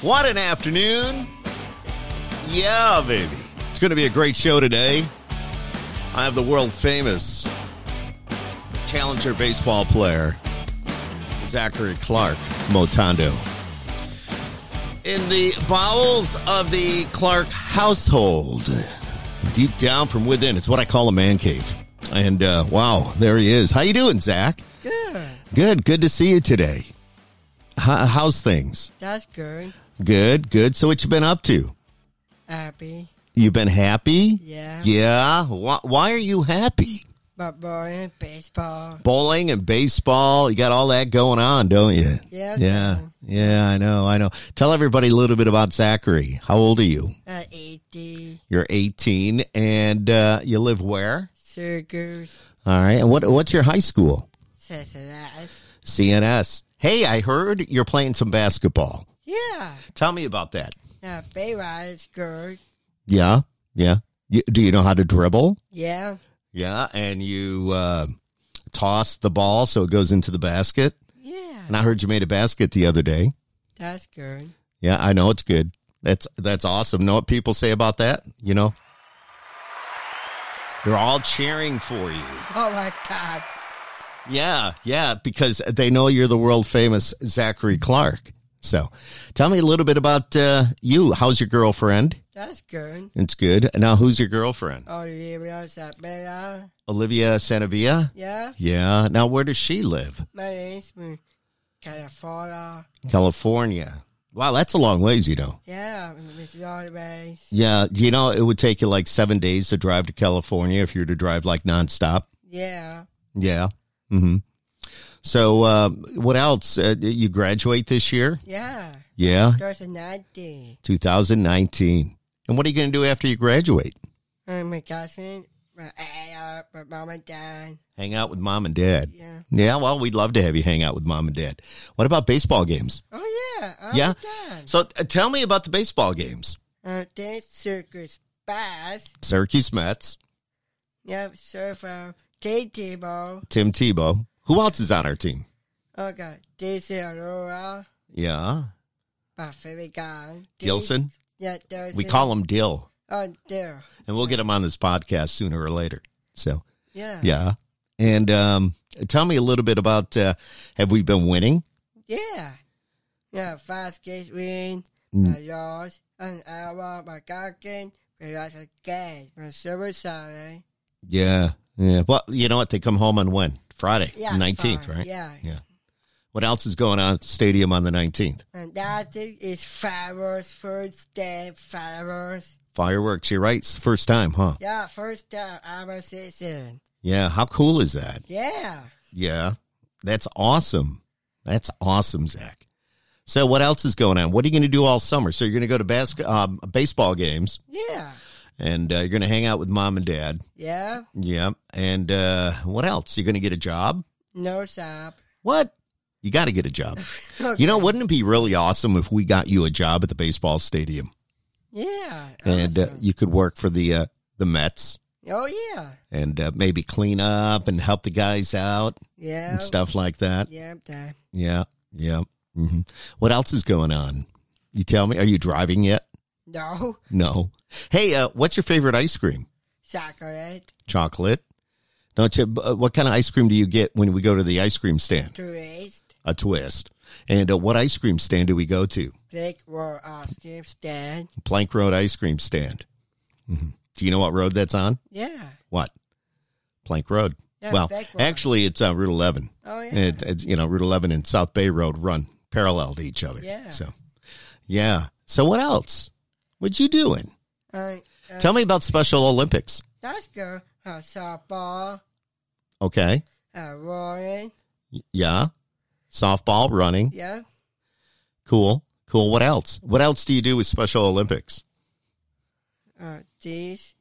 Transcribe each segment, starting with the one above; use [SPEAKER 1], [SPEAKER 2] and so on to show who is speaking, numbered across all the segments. [SPEAKER 1] what an afternoon. Yeah, baby. It's going to be a great show today. I have the world famous Challenger baseball player, Zachary Clark Motando. In the bowels of the Clark household, deep down from within, it's what I call a man cave. And uh, wow, there he is. How you doing, Zach?
[SPEAKER 2] Good.
[SPEAKER 1] Good, good to see you today. How, how's things?
[SPEAKER 2] That's good.
[SPEAKER 1] Good, good. So what you been up to?
[SPEAKER 2] Happy.
[SPEAKER 1] You been happy?
[SPEAKER 2] Yeah.
[SPEAKER 1] Yeah. Why, why are you happy?
[SPEAKER 2] But boring baseball.
[SPEAKER 1] Bowling and baseball, you got all that going on, don't you?
[SPEAKER 2] Yeah,
[SPEAKER 1] Yeah.
[SPEAKER 2] no.
[SPEAKER 1] Yeah, I know, I know. Tell everybody a little bit about Zachary. How old are you?
[SPEAKER 2] At AD.
[SPEAKER 1] You're 18 and uh, you live where?
[SPEAKER 2] Circus.
[SPEAKER 1] All right. And what what's your high school?
[SPEAKER 2] Cincinnati.
[SPEAKER 1] CNS. Hey, I heard you're playing some basketball.
[SPEAKER 2] Yeah.
[SPEAKER 1] Tell me about that.
[SPEAKER 2] Now Bayride is good.
[SPEAKER 1] Yeah. Yeah. You, do you know how to dribble?
[SPEAKER 2] Yeah.
[SPEAKER 1] Yeah, and you uh, toss the ball so it goes into the basket.
[SPEAKER 2] Yeah.
[SPEAKER 1] And I heard you made a basket the other day.
[SPEAKER 2] That's good.
[SPEAKER 1] Yeah, I know it's good. That's that's awesome. Know what people say about that? You know, they're all cheering for you.
[SPEAKER 2] Oh my God.
[SPEAKER 1] Yeah, yeah, because they know you're the world famous Zachary Clark. So, tell me a little bit about uh, you. How's your girlfriend?
[SPEAKER 2] That's good.
[SPEAKER 1] It's good. Now, who's your girlfriend?
[SPEAKER 2] Olivia's at Bayride.
[SPEAKER 1] Olivia Sanavia.
[SPEAKER 2] Yeah.
[SPEAKER 1] Yeah. Now, where does she live?
[SPEAKER 2] My name's from California.
[SPEAKER 1] California. Wow, that's a long ways, you know.
[SPEAKER 2] Yeah. Mrs. Always.
[SPEAKER 1] Yeah, do you know it would take you like seven days to drive to California if you were to drive like nonstop?
[SPEAKER 2] Yeah.
[SPEAKER 1] Yeah. Mm-hmm. So, um, what else? Uh, you graduate this year?
[SPEAKER 2] Yeah.
[SPEAKER 1] Yeah,
[SPEAKER 2] There's a 90.
[SPEAKER 1] 2019. And what are you going to do after you graduate?
[SPEAKER 2] And Oh, my cousin, my aunt, my mom and dad.
[SPEAKER 1] Hang out with mom and dad.
[SPEAKER 2] Yeah.
[SPEAKER 1] Yeah, well, we'd love to have you hang out with mom and dad. What about baseball games?
[SPEAKER 2] Oh yeah. All
[SPEAKER 1] Yeah.
[SPEAKER 2] Done.
[SPEAKER 1] So, uh, tell me about the baseball games.
[SPEAKER 2] Uh, then circus bass.
[SPEAKER 1] Syracuse Mets,
[SPEAKER 2] Yep. Surfer. Day table.
[SPEAKER 1] Tim Tebow. Who else is on our team?
[SPEAKER 2] Oh god. Daisy Aurora.
[SPEAKER 1] Yeah.
[SPEAKER 2] My favorite guy.
[SPEAKER 1] Gilson.
[SPEAKER 2] Yeah. There's
[SPEAKER 1] We call him Dill.
[SPEAKER 2] Oh there.
[SPEAKER 1] and we'll get him on this podcast sooner or later. So
[SPEAKER 2] Yeah.
[SPEAKER 1] yeah, and um, tell me a little bit about uh, have we been winning?
[SPEAKER 2] Yeah. Yeah. Fast games win.
[SPEAKER 1] Mm.
[SPEAKER 2] I lost an hour. My Goggin. We lost again. My silver Saturday.
[SPEAKER 1] Yeah, yeah. Well, you know what? They come home on when Friday,
[SPEAKER 2] Yeah.
[SPEAKER 1] nineteenth,
[SPEAKER 2] fine.
[SPEAKER 1] right?
[SPEAKER 2] Yeah.
[SPEAKER 1] yeah. What else is going on at the stadium on the nineteenth?
[SPEAKER 2] And that thing is fireworks, first day, fireworks.
[SPEAKER 1] Fireworks. You're right. It's the first time, huh?
[SPEAKER 2] Yeah, first time ever season.
[SPEAKER 1] Yeah. How cool is that?
[SPEAKER 2] Yeah.
[SPEAKER 1] Yeah, that's awesome. That's awesome, Zach. So what else is going on? What are you going to do all summer? So you're going to go to bas- um, baseball games,
[SPEAKER 2] Yeah.
[SPEAKER 1] and uh, you're going to hang out with mom and dad.
[SPEAKER 2] Yeah.
[SPEAKER 1] Yeah. And uh, what else? You're going to get a job?
[SPEAKER 2] No stop.
[SPEAKER 1] What? You got to get a job.
[SPEAKER 2] Okay.
[SPEAKER 1] You know, wouldn't it be really awesome if we got you a job at the baseball stadium
[SPEAKER 2] Yeah.
[SPEAKER 1] and uh,
[SPEAKER 2] awesome.
[SPEAKER 1] you could work for the uh, the Mets
[SPEAKER 2] oh yeah.
[SPEAKER 1] and uh, maybe clean up and help the guys out
[SPEAKER 2] Yeah.
[SPEAKER 1] and stuff like that?
[SPEAKER 2] Yeah, that.
[SPEAKER 1] Yeah. Yeah. hmm What else is going on? You tell me. Are you driving yet?
[SPEAKER 2] No.
[SPEAKER 1] No. Hey, uh, what's your favorite ice cream?
[SPEAKER 2] Chocolate.
[SPEAKER 1] Chocolate. Don't you? Uh, what kind of ice cream do you get when we go to the ice cream stand?
[SPEAKER 2] Twist.
[SPEAKER 1] a twist. And uh, what ice cream stand do we go to?
[SPEAKER 2] Big world ice cream stand.
[SPEAKER 1] Plank Road Ice Cream Stand. Mhm. Do you know what road that's on?
[SPEAKER 2] Yeah.
[SPEAKER 1] What? Plank Road.
[SPEAKER 2] Yeah,
[SPEAKER 1] well,
[SPEAKER 2] Plank Road.
[SPEAKER 1] actually, it's uh, Route 11.
[SPEAKER 2] Oh yeah.
[SPEAKER 1] It, it's you know Route 11 and South Bay Road run parallel to each other.
[SPEAKER 2] Yeah.
[SPEAKER 1] So, yeah. So what else? What you doing?
[SPEAKER 2] Uh, uh,
[SPEAKER 1] Tell me about Special Olympics.
[SPEAKER 2] that's good. Uh, softball.
[SPEAKER 1] Okay.
[SPEAKER 2] Uh, rolling.
[SPEAKER 1] Y- Yeah. Softball, running.
[SPEAKER 2] Yeah.
[SPEAKER 1] Cool. Cool. What else? What else do you do with Special Olympics?
[SPEAKER 2] Uh, these.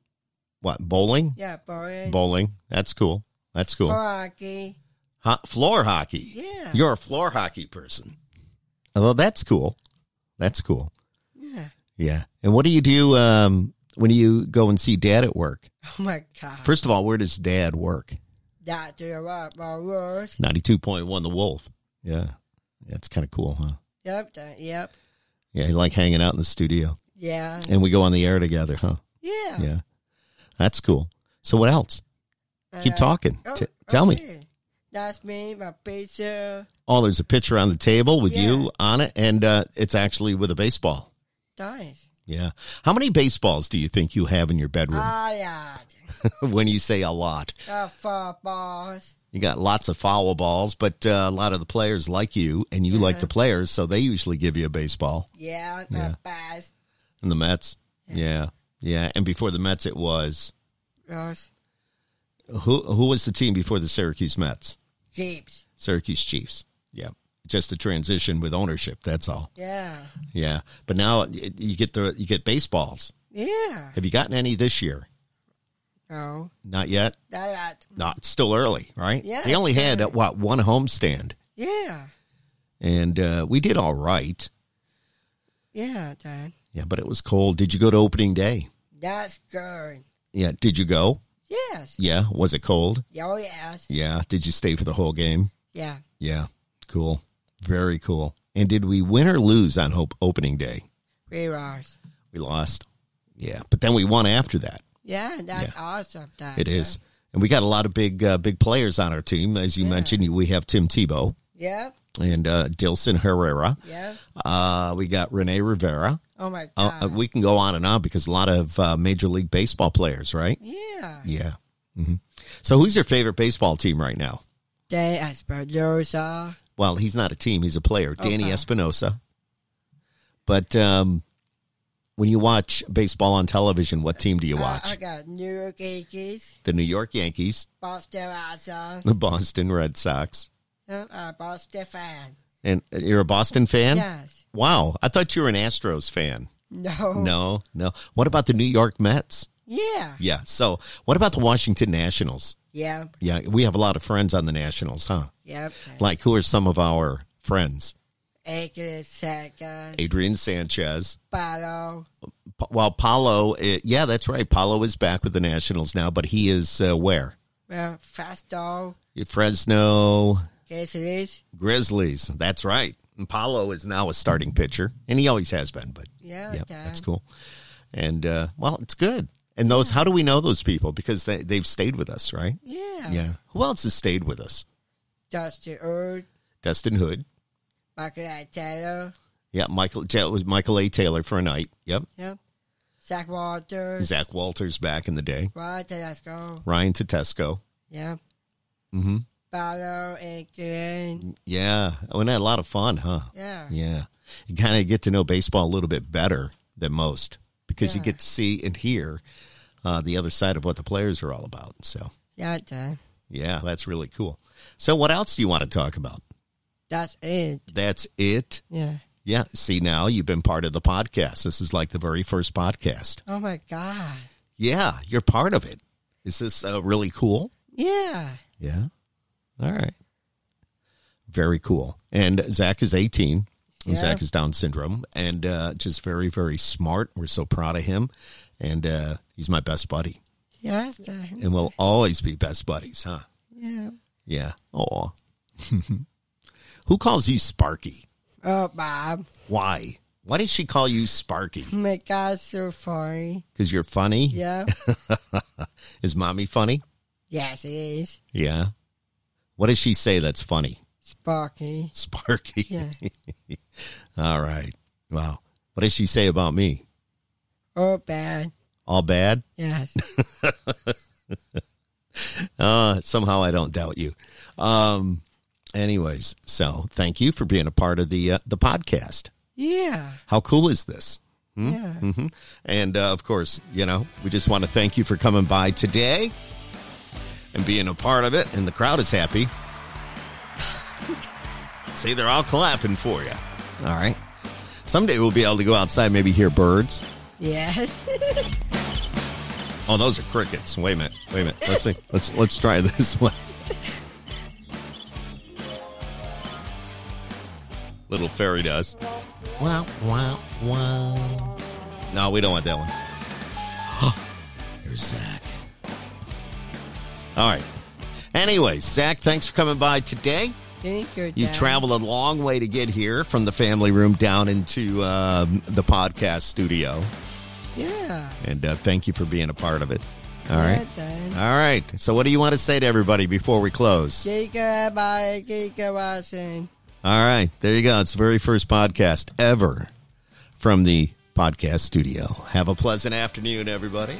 [SPEAKER 1] What? Bowling.
[SPEAKER 2] Yeah, bowling.
[SPEAKER 1] Bowling. That's cool. That's cool.
[SPEAKER 2] Hockey.
[SPEAKER 1] Ho- floor hockey.
[SPEAKER 2] Yeah.
[SPEAKER 1] You're a floor hockey person. Oh, Well, that's cool. That's cool.
[SPEAKER 2] Yeah.
[SPEAKER 1] Yeah. And what do you do um, when you go and see dad at work?
[SPEAKER 2] Oh my god.
[SPEAKER 1] First of all, where does dad work?
[SPEAKER 2] Doctor Rock my words.
[SPEAKER 1] 92.1 The Wolf. Yeah. That's kind of cool, huh?
[SPEAKER 2] Yep. That, yep.
[SPEAKER 1] Yeah, you like hanging out in the studio,
[SPEAKER 2] Yeah.
[SPEAKER 1] and we go on the air together, huh?
[SPEAKER 2] Yeah.
[SPEAKER 1] Yeah, that's cool. So what else? Keep
[SPEAKER 2] Uh,
[SPEAKER 1] talking.
[SPEAKER 2] oh,
[SPEAKER 1] T- tell me.
[SPEAKER 2] okay. That's me, my pizza.
[SPEAKER 1] Oh, there's a picture on the table with
[SPEAKER 2] Yeah.
[SPEAKER 1] you on it, and uh, it's actually with a baseball.
[SPEAKER 2] Nice.
[SPEAKER 1] Yeah. How many baseballs do you think you have in your bedroom?
[SPEAKER 2] I had
[SPEAKER 1] when you say a lot,
[SPEAKER 2] uh, four balls.
[SPEAKER 1] you got lots of foul balls, but uh, a lot of the players like you, and you like the
[SPEAKER 2] Uh-huh.
[SPEAKER 1] players, so they usually give you a baseball.
[SPEAKER 2] Yeah, my
[SPEAKER 1] Yeah.
[SPEAKER 2] bass.
[SPEAKER 1] And the Mets. Yeah. Yeah. And before the Mets, it was
[SPEAKER 2] Those
[SPEAKER 1] who? Who was the team before the Syracuse Mets?
[SPEAKER 2] jeeps.
[SPEAKER 1] Syracuse Chiefs. Yeah. Just a transition with ownership. That's all.
[SPEAKER 2] Yeah.
[SPEAKER 1] Yeah. But now y- you get the you get baseballs.
[SPEAKER 2] Yeah.
[SPEAKER 1] Have you gotten any this year?
[SPEAKER 2] No.
[SPEAKER 1] Not yet.
[SPEAKER 2] That had.
[SPEAKER 1] Not still early, right?
[SPEAKER 2] Yeah,
[SPEAKER 1] They only
[SPEAKER 2] it's
[SPEAKER 1] had uh,
[SPEAKER 2] early.
[SPEAKER 1] what one homestand,
[SPEAKER 2] Yeah.
[SPEAKER 1] and uh, we did all right.
[SPEAKER 2] Yeah, Dad.
[SPEAKER 1] Yeah, but it was cold. Did you go to opening day?
[SPEAKER 2] That's good.
[SPEAKER 1] Yeah. Did you go?
[SPEAKER 2] Yes.
[SPEAKER 1] Yeah. Was it cold?
[SPEAKER 2] Oh, yes.
[SPEAKER 1] Yeah. Did you stay for the whole game?
[SPEAKER 2] Yeah.
[SPEAKER 1] Yeah, cool. Very cool. And did we win or lose on hope opening day?
[SPEAKER 2] We lost.
[SPEAKER 1] We lost. Yeah, but then we won after that.
[SPEAKER 2] Yeah, that's awesome, Dad.
[SPEAKER 1] It is. And we got a lot of big uh, big players on our team. As you mentioned, we have Tim Tebow
[SPEAKER 2] Yep.
[SPEAKER 1] and uh, Dilson Herrera.
[SPEAKER 2] Yep.
[SPEAKER 1] Uh, we got Rene Rivera.
[SPEAKER 2] Oh, my God.
[SPEAKER 1] Uh, uh, we can go on and on because a lot of uh, Major League Baseball players, right?
[SPEAKER 2] yeah.
[SPEAKER 1] Yeah. hmm So who's your favorite baseball team right now?
[SPEAKER 2] They Espinosa.
[SPEAKER 1] Well, he's not a team; he's a player. Danny
[SPEAKER 2] Okay.
[SPEAKER 1] Espinosa. But um, when you watch baseball on television, what team do you watch?
[SPEAKER 2] I, I got New York Yankees,
[SPEAKER 1] the New York Yankees,
[SPEAKER 2] Boston Red Sox,
[SPEAKER 1] the Boston Red Sox,
[SPEAKER 2] yep, uh, Boston fan.
[SPEAKER 1] and you're a Boston fan.
[SPEAKER 2] Yes.
[SPEAKER 1] Wow, I thought you were an Astros fan.
[SPEAKER 2] No.
[SPEAKER 1] No, no. What about the New York Mets?
[SPEAKER 2] Yeah.
[SPEAKER 1] Yeah. So, what about the Washington Nationals?
[SPEAKER 2] Yep.
[SPEAKER 1] Yeah, we have a lot of friends on the Nationals, huh?
[SPEAKER 2] Yep.
[SPEAKER 1] Like, who are some of our friends?
[SPEAKER 2] Acres, seconds,
[SPEAKER 1] Adrian Sanchez,
[SPEAKER 2] bottle.
[SPEAKER 1] Pa- well, Paulo, eh, yeah, that's right. Paulo is back with the Nationals now, but he is uh, where?
[SPEAKER 2] Well, Fasto,
[SPEAKER 1] Fresno
[SPEAKER 2] Casey's.
[SPEAKER 1] Grizzlies. That's right. And Paulo is now a starting pitcher, and he always has been. But
[SPEAKER 2] Yeah,
[SPEAKER 1] yeah,
[SPEAKER 2] Dad.
[SPEAKER 1] that's cool. And uh, well, it's good. And those, how do we know those people? Because they they've stayed with us, right?
[SPEAKER 2] Yeah.
[SPEAKER 1] Yeah. Who else has stayed with us?
[SPEAKER 2] Dusty Erd,
[SPEAKER 1] Dustin Hood.
[SPEAKER 2] Michael A. Taylor.
[SPEAKER 1] Yeah, Michael. yeah, It was Michael A. Taylor for a night. Yep.
[SPEAKER 2] Yep. Zach Walters.
[SPEAKER 1] Zach Walters back in the day.
[SPEAKER 2] Ryan Tedesco.
[SPEAKER 1] Ryan Tedesco.
[SPEAKER 2] Yep.
[SPEAKER 1] Mm-hmm.
[SPEAKER 2] Bottle, Acres.
[SPEAKER 1] Yeah, we had a lot of fun, huh?
[SPEAKER 2] Yeah.
[SPEAKER 1] Yeah. You kind of get to know baseball a little bit better than most because you
[SPEAKER 2] Yeah.
[SPEAKER 1] get to see and hear uh, the other side of what the players are all about. So,
[SPEAKER 2] Yeah, Dad.
[SPEAKER 1] yeah, that's really cool. So, what else do you want to talk about?
[SPEAKER 2] That's it.
[SPEAKER 1] That's it.
[SPEAKER 2] Yeah.
[SPEAKER 1] Yeah. See, now you've been part of the podcast. This is like the very first podcast.
[SPEAKER 2] Oh my God.
[SPEAKER 1] Yeah, you're part of it. Is this uh, really cool?
[SPEAKER 2] Yeah.
[SPEAKER 1] Yeah. All right. Very cool. And Zach is 18. And
[SPEAKER 2] Yeah.
[SPEAKER 1] Zach is Down syndrome and uh, just very, very smart. We're so proud of him. And uh, he's my best buddy.
[SPEAKER 2] Yes, Dad.
[SPEAKER 1] And we'll always be best buddies, huh?
[SPEAKER 2] Yeah.
[SPEAKER 1] Yeah. Oh. Who calls you Sparky?
[SPEAKER 2] Oh, Bob.
[SPEAKER 1] Why? Why does she call you Sparky?
[SPEAKER 2] My God's so funny.
[SPEAKER 1] Because you're funny?
[SPEAKER 2] Yeah.
[SPEAKER 1] Is mommy funny?
[SPEAKER 2] yes, it is.
[SPEAKER 1] Yeah. What does she say that's funny?
[SPEAKER 2] Sparky.
[SPEAKER 1] Sparky.
[SPEAKER 2] Yeah.
[SPEAKER 1] All right. Wow. What does she say about me?
[SPEAKER 2] Oh, bad.
[SPEAKER 1] All bad?
[SPEAKER 2] Yes.
[SPEAKER 1] Uh, somehow I don't doubt you. Um, anyways, so thank you for being a part of the uh, the podcast.
[SPEAKER 2] Yeah.
[SPEAKER 1] How cool is this?
[SPEAKER 2] Yeah.
[SPEAKER 1] hmm And uh, of course, you know, we just want to thank you for coming by today and being a part of it. And the crowd is happy. See, they're all clapping for you. All right. Someday we'll be able to go outside, maybe hear birds.
[SPEAKER 2] Yes.
[SPEAKER 1] Oh, those are crickets. Wait a minute. Wait a minute. Let's see. Let's let's try this one. Little fairy does. Wow, wow, wow. No, we don't want that one. There's Zach. All right. Anyways, Zach, thanks for coming by today.
[SPEAKER 2] Thank you.
[SPEAKER 1] You've
[SPEAKER 2] Dad.
[SPEAKER 1] traveled a long way to get here from the family room down into um, the podcast studio.
[SPEAKER 2] Yeah.
[SPEAKER 1] And uh, thank you for being a part of it. All right.
[SPEAKER 2] Yeah, Dad.
[SPEAKER 1] All right. So, what do you want to say to everybody before we close?
[SPEAKER 2] Take care, bye. Take care, Watson.
[SPEAKER 1] All right. There you go. It's the very first podcast ever from the podcast studio. Have a pleasant afternoon, everybody.